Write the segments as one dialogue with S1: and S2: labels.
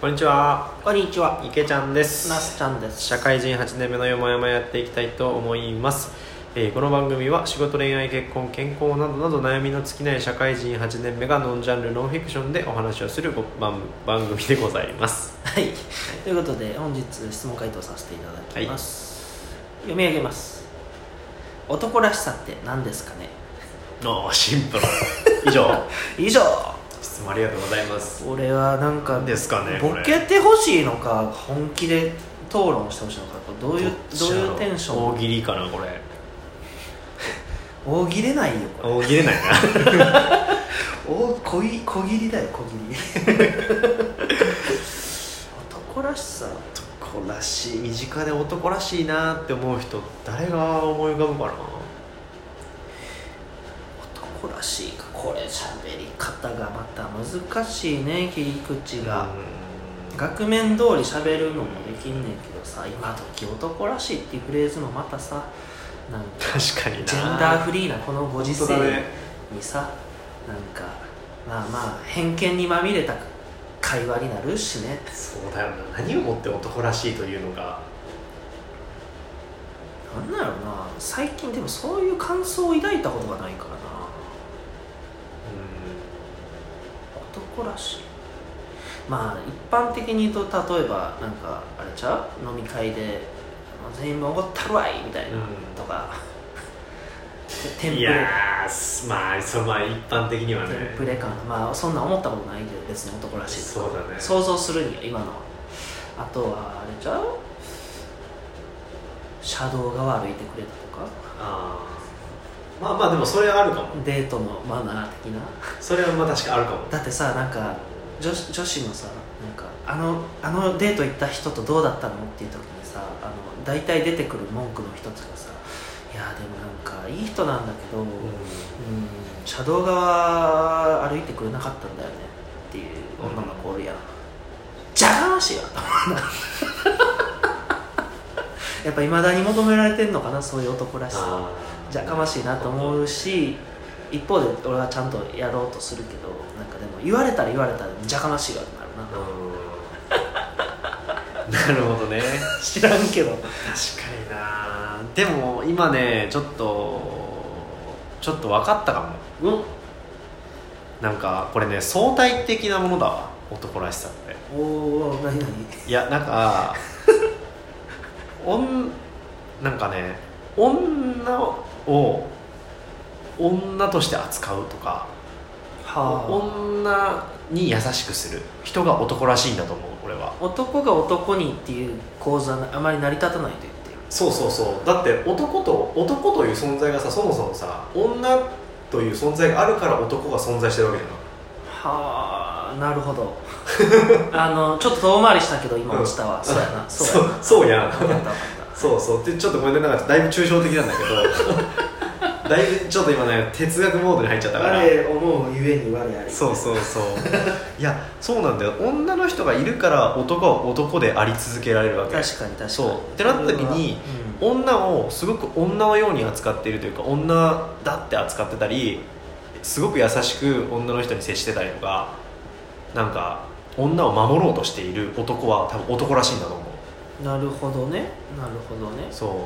S1: こんにちは
S2: こんにちは。
S1: 池ちゃんです
S2: なすちゃんです。
S1: 社会人8年目のよもやまやっていきたいと思います、えーこの番組は仕事恋愛結婚健康などなど悩みの尽きない社会人8年目がノンジャンルノンフィクションでお話をするご番番組でございます
S2: はい。ということで、本日質問回答させていただきます。読み上げます。男らしさって何ですかね
S1: のシンプル以上
S2: 以上
S1: 質問ありがとうございます
S2: 俺はなんか、
S1: ですかね
S2: ボ
S1: これ
S2: ケてほしいのか、本気で討論してほしいのか、これどういう、どう
S1: っちや
S2: い
S1: ろ
S2: うテンショ
S1: 大
S2: ン
S1: 喜利かなこれ
S2: 大喜利ないよ、これ。
S1: 大喜利ないな
S2: お小い小切りだよ、小 切り。男らしさ
S1: 男らしい身近で男らしいなって思う人誰が思い浮かぶかな
S2: 男らしいかこれ喋り方がまた難しいね切り口が、
S1: うん
S2: 額面通り喋るのもできんねんけどさ今時男らしいっていうフレーズもまたさなんか
S1: 確かにな
S2: ジェンダーフリーなこのご時世
S1: 本当だね
S2: にさ、なんかまあまあ偏見にまみれた会話になるしね
S1: そうだよな何をもって男らしいというのか
S2: なんだろうな最近でもそういう感想を抱いたことがないからな
S1: う
S2: 男らしいまあ一般的に言うと例えばなんかあれちゃう飲み会で「全員もおごったるわい」みたいな、
S1: うん
S2: とか テン
S1: ん
S2: プ
S1: い
S2: レ
S1: やーすまあそのまあ一般的にはね
S2: テンプレ感まあそんな思ったことないけど別に男らしいとか
S1: そうだね
S2: 想像するには今のはあとはあれちゃう車道側歩いてくれたとか
S1: あーまあまあでもそれはあるかも
S2: デートのマナー的な
S1: それはまあ確かあるかも
S2: だってさなんか女子女子のさなんかあのあのデート行った人とどうだったのっていう時にさあの大体出てくる文句の一つがさ「いやでもなんかいい人なんだけど、うん、
S1: う
S2: 車道側歩いてくれなかったんだよね」っていう女の子おるやん、じゃがましいわと思うな やっぱいまだに求められてんのかなそういう男らしさは
S1: あー
S2: じゃかましいなと思うし一方で俺はちゃんとやろうとするけどなんかでも言われたら言われたらじゃかましいわってなるな
S1: うんなるほどね
S2: 知らん けど
S1: 確かになでも今ねちょっとちょっと分かったかもうんなんかこれね相対的なものだわ男らしさって
S2: おお何何
S1: いやなんか おんなんかね女を女として扱うとか
S2: は
S1: 女に優しくする人が男らしいんだと思う俺は
S2: あ男が男にっていう構図はあまり成り立たないと言ってる
S1: そうそうそうだって男と男という存在がさそもそもさ女という存在があるから男が存在してるわけじゃない
S2: はあなるほ どあのちょっと遠回りしたけど今落ちたわ、
S1: ん
S2: そうや な
S1: そうう
S2: やな
S1: そうや
S2: 分かった分かった
S1: そうそうでちょっとごめんねなんかだいぶ抽象的なんだけど だいぶちょっと今ね哲学モードに入っちゃったから
S2: 我思うゆえに我あり
S1: そうそうそういやそうなんだよ女の人がいるから男は男であり続けられるわけ
S2: 確かに確かに
S1: そうってなった時に
S2: これは
S1: 女をすごく女のように扱っているというか女だって扱ってたりすごく優しく女の人に接してたりとかなんか女を守ろうとしている男は多分男らしいんだと思う
S2: うんなるほどねなるほどね
S1: そ
S2: うんうん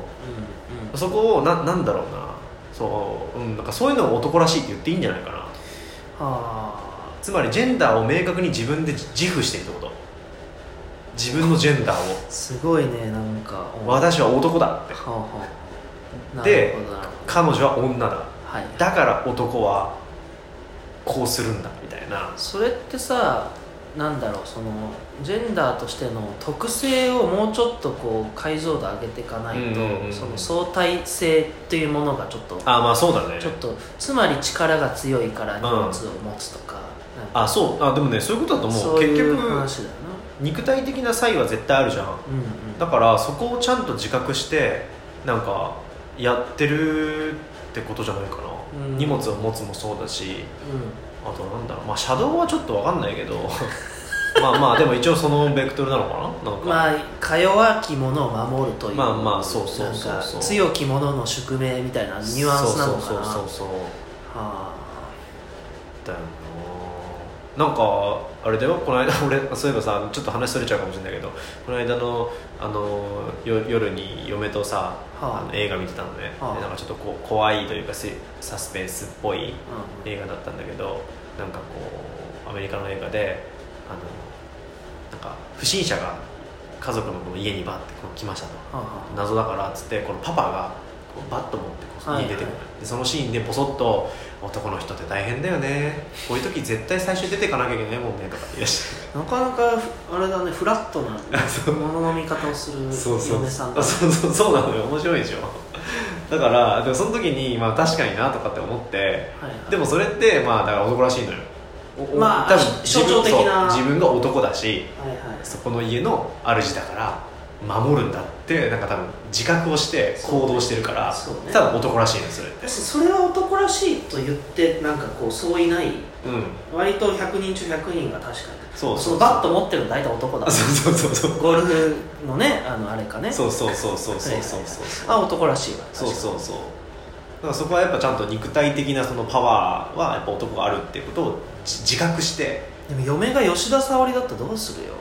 S1: うそこをななんだろうなそう、うん、なんかそういうのを男らしいって言っていいんじゃないかな
S2: はあ
S1: つまりジェンダーを明確に自分で自負してるってこと自分のジェンダー
S2: すごいねなんか
S1: を
S2: うん
S1: 私は男だって
S2: はあはあな
S1: で
S2: るほどなるほど
S1: 彼女は女だ
S2: はい
S1: だから男はこうするんだみたいな
S2: それってさなんだろうそのジェンダーとしての特性をもうちょっとこう解像度上げていかないと、
S1: うんうんうん
S2: その相対性っていうものがちょっと
S1: あまあそうだね
S2: ちょっとつまり力が強いから荷物を持つとか,、なんか
S1: あそうあでもねそういうことだと思う
S2: そうい
S1: 結
S2: う
S1: 局
S2: 話だよな
S1: 肉体的な差異は絶対あるじゃん
S2: うんうん
S1: だからそこをちゃんと自覚してなんかやってるってことじゃないかな、
S2: うん
S1: 荷物を持つもそうだし
S2: うん
S1: あとなんだろうまあ車道はちょっと分かんないけど まあまあでも一応そのベクトルなのかななんか、
S2: まあ、か弱き者を守るという
S1: まあまあそうそうそうそう
S2: なんか強き者の宿命みたいなニュアンスなのかな
S1: そうそうそうそうそう
S2: はあ
S1: だよななんかあれだよこの間 俺そういえばさちょっと話それちゃうかもしれないけどこの間のあのよ夜に嫁とさ、
S2: はあ
S1: あの映画見てたのね、
S2: はあ
S1: でなんかちょっとこう怖いというかせサスペンスっぽい
S2: うん
S1: 映画だったんだけどなんかこうアメリカの映画であのなんか不審者が家族のこの家にバッてこう来ましたと
S2: はあは
S1: 謎だからっつってこのパパがこうバット持ってこう家に出てくる、
S2: はいは
S1: でそのシーンでポソッと「男の人って大変だよねこういう時絶対最初に出てかなきゃいけないもんね」とか言い出して
S2: なかなかあれだねフラットな
S1: そう
S2: ものの見方をする嫁さんだ
S1: あ そうそうそうなのよ面白いでしょだからでもその時にまあ確かになとかって思って
S2: はいはい
S1: でもそれってまあだから男らしいのよおお
S2: まあ
S1: 多分
S2: 象徴的
S1: 自分そ
S2: な
S1: う自分が男だし
S2: はいはい
S1: そこの家の主だから守るんだってなんか多分自覚をして行動してるから、
S2: そうね
S1: 多分男らしいのよそれって
S2: だしそれは男らしいと言ってなんかこうそういない
S1: うん
S2: 割と100人中100人が確かに
S1: そうそうそう
S2: のバット持ってるの大体男だ
S1: あ そうそうそうそう
S2: ゴルフのねあのあれかね
S1: そうそうそうそうそうそう
S2: あ男らしいわ
S1: そうそうそうそうだからそこはやっぱちゃんと肉体的なそのパワーはやっぱ男があるっていうことをじ自覚して
S2: でも嫁が吉田沙保里だったらどうするよ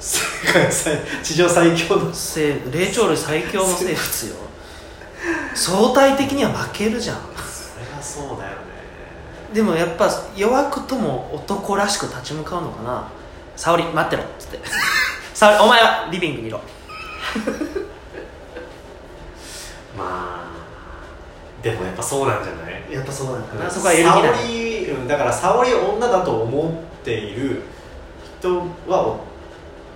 S1: 世界最地上最強の
S2: せ霊長類最強の生物よ相対的には負けるじゃん
S1: それはそうだよね
S2: でもやっぱ弱くとも男らしく立ち向かうのかな沙織待ってろっつって「沙織お前はリビングにいろ
S1: まあでもやっぱそうなんじゃない」
S2: やっぱそうなんだ
S1: うん
S2: そこは揺るぎない
S1: 沙織うんだから沙織を女だと思っている人はお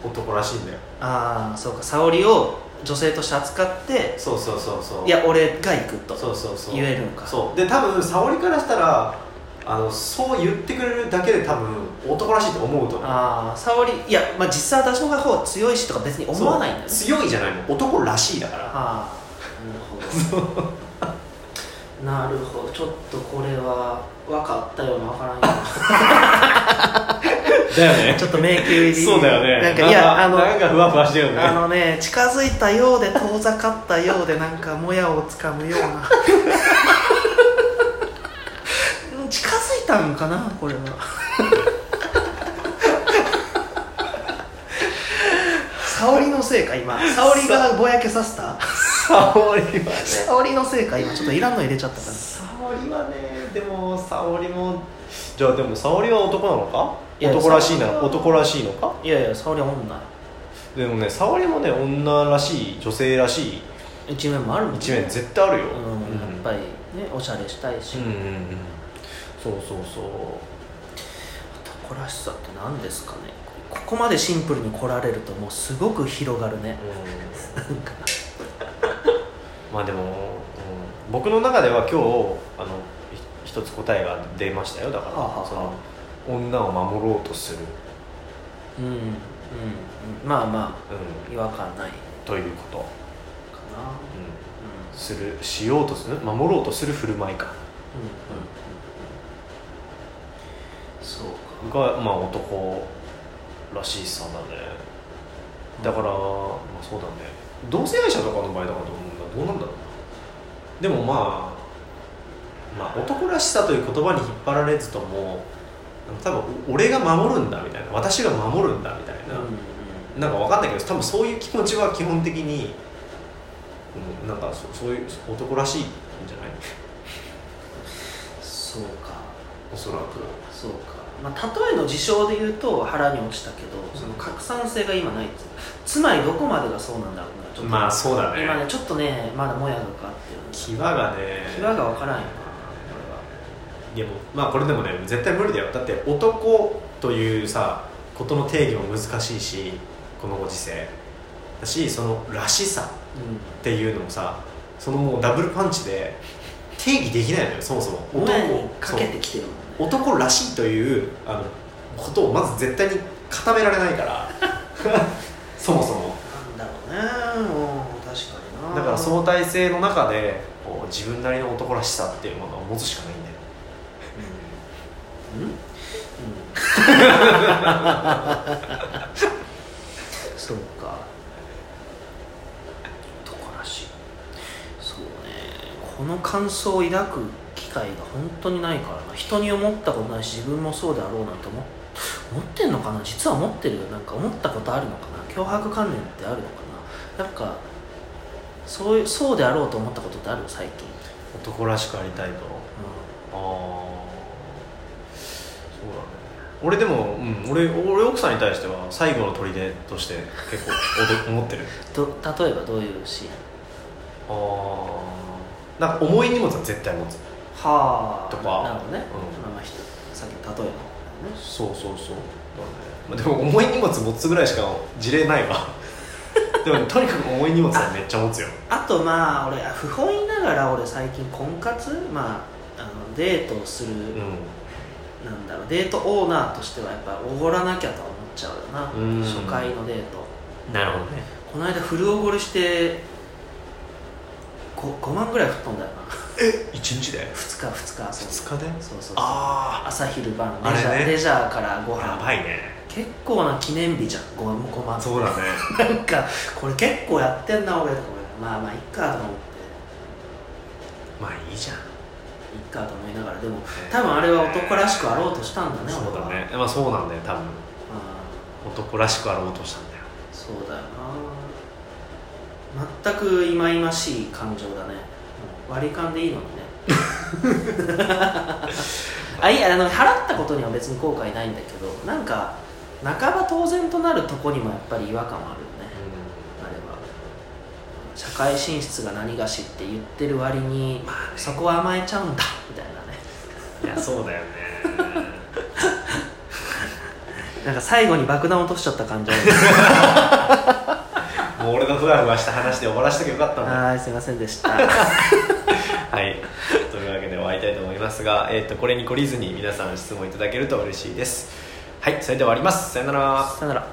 S1: 男らしいんだよ
S2: ああそうか沙織を女性として扱って
S1: そうそうそうそう
S2: いや俺が行くと
S1: そうそうそう
S2: 言えるのか
S1: そうで多分沙織からしたらあのそう言ってくれるだけで多分男らしいと思うと思う
S2: ああ沙織いやまあ実際私の方が強いしとか別に思わないんだよね
S1: そう強いじゃないもん男らしいだから
S2: ああなるほどなるほどちょっとこれは分かったような分からんよ
S1: だよ
S2: うな ちょっと迷宮入り
S1: そうだよね
S2: なんかいやあの
S1: なんかふわふわしてるよね
S2: あのね近づいたようで遠ざかったようでなんかもやをつかむような うん近づいたのかなこれは 沙織のせいか今沙織がぼやけさせた
S1: 沙織はね
S2: 沙織のせいか今ちょっといらんの入れちゃったから
S1: 沙織はねでも沙織もじゃあでも沙織は男なのか
S2: いや
S1: 男らしいな
S2: 沙織は
S1: 男らしいのか
S2: いやいや沙織は女よ
S1: でもね沙織もね女らしい女性らしい
S2: 一面もあるもんね
S1: 一面絶対あるよ、
S2: うんやっぱりねおしゃれしたいし、
S1: うんうんうんそうそうそう
S2: 男らしさって何ですかねここまでシンプルに来られるともうすごく広がるね
S1: うんまあでも、うん僕の中では今日あのひ一つ答えが出ましたよだから、
S2: はあはあ
S1: その女を守ろうとする、
S2: うんうんまあま
S1: う
S2: あ違和感ないか
S1: ん、ということ、
S2: な
S1: う
S2: うん
S1: ん、するしようとする守ろうとする振る舞いか
S2: うんうんうんそうか
S1: が、まあ、男らしいさだねだから、まあ、そうだね同性愛者とかの場合だからどうどうなんだろうなでもまあ、まあ、男らしさという言葉に引っ張られずとも多分俺が守るんだみたいな私が守るんだみたいな、
S2: う
S1: なんかわかんないけど多分そういう気持ちは基本的に、うん、なんかそそういう男らしいんじゃない
S2: んそうか
S1: おそらく
S2: そうか、まあ、例えの事象で言うと腹に落ちたけどその拡散性が今ないんですよつまりどこまでがそうなんだろうなちょっと、
S1: まあそうだ
S2: 今
S1: ね
S2: ねちょっとねまだもやがかかってるんです
S1: 際がね
S2: 際が分からんよなこ
S1: でもまあこれでもね絶対無理だよだって男というさことの定義も難しいしこのご時世だしそのらしさっていうのもさそのもうダブルパンチで定義できないのよそもそも
S2: れは、うん、もやに
S1: を
S2: かけてきてるもんね
S1: そう男らしいというあのことをまず絶対に固められないから そもそも
S2: なんだろうねもう確かにな
S1: だから相対性の中でこう自分なりの男らしさっていうものを持つしかないんだよ
S2: うん、うん、そうか男らしいそうねこの感想を抱く機会が本当にないからな人に思ったことないし自分もそうであろうなんて思っ持ってんのかな実は持ってるよなんか思ったことあるのかな脅迫観念ってあるのかななんかそういうそうであろうと思ったことってある最近、
S1: 男らしくありたいと
S2: う
S1: ああそうだね俺でも、うん、俺俺奥さんに対しては最後の砦として結構おど 思ってる
S2: ん、ど例えばどういうシーン
S1: ああなんか重い荷物は絶対持つ
S2: は
S1: とか
S2: なるほどね、
S1: うん
S2: まあまあ人さっきの例えばね
S1: そうそうそうだね、まあ、でも重い荷物持つぐらいしか事例ない わでも、とにかく重い荷物はめっちゃ持つよ
S2: あとまあ俺不本意ながら俺最近婚活まああのデートをする、
S1: う
S2: なんだろうデートオーナーとしてはやっぱおごらなきゃとは思っちゃうよな
S1: うん
S2: 初回のデート
S1: んなるほどね
S2: この間フルおごりして 5, 5万ぐらい吹っ飛んだよな
S1: え一1日で
S2: 2日2日そう
S1: 2日で
S2: そうそうそう
S1: あ
S2: 朝昼晩
S1: あ
S2: レジャー
S1: れ,、ね
S2: レジャーからご
S1: あや
S2: 飯
S1: ばいね
S2: 結構な記念日じゃん 5, 5万
S1: そうだね
S2: なんかこれ結構やってんな俺とか俺まあまあいっかと思って
S1: まあいいじゃん
S2: いっかと思いながらでも多分あれは男らしくあろうとしたんだね
S1: そうだ
S2: 俺は
S1: ねまあそうなんだよ多分
S2: うん
S1: 男らしくあろうとしたんだよ
S2: そうだよな全く忌々しい感情だねうん割り勘でいいのにね あいやあの払ったことには別に後悔ないんだけどなんか半ば当然となるとこにもやっぱり違和感はあるよねあれは社会進出が何がしって言ってる割に、
S1: まあね
S2: そこは甘えちゃうんだみた
S1: い
S2: いなね
S1: やそうだよね
S2: なんか最後に爆弾落としちゃった感じある
S1: もう俺のふわふわした話で終わらせてけばよかったんだ
S2: はーいすいませんでした
S1: はい、というわけで終わりたいと思いますが、えー、とこれに懲りずに皆さん質問いただけると嬉しいですはいそれでは終わりますさよなら
S2: さよなら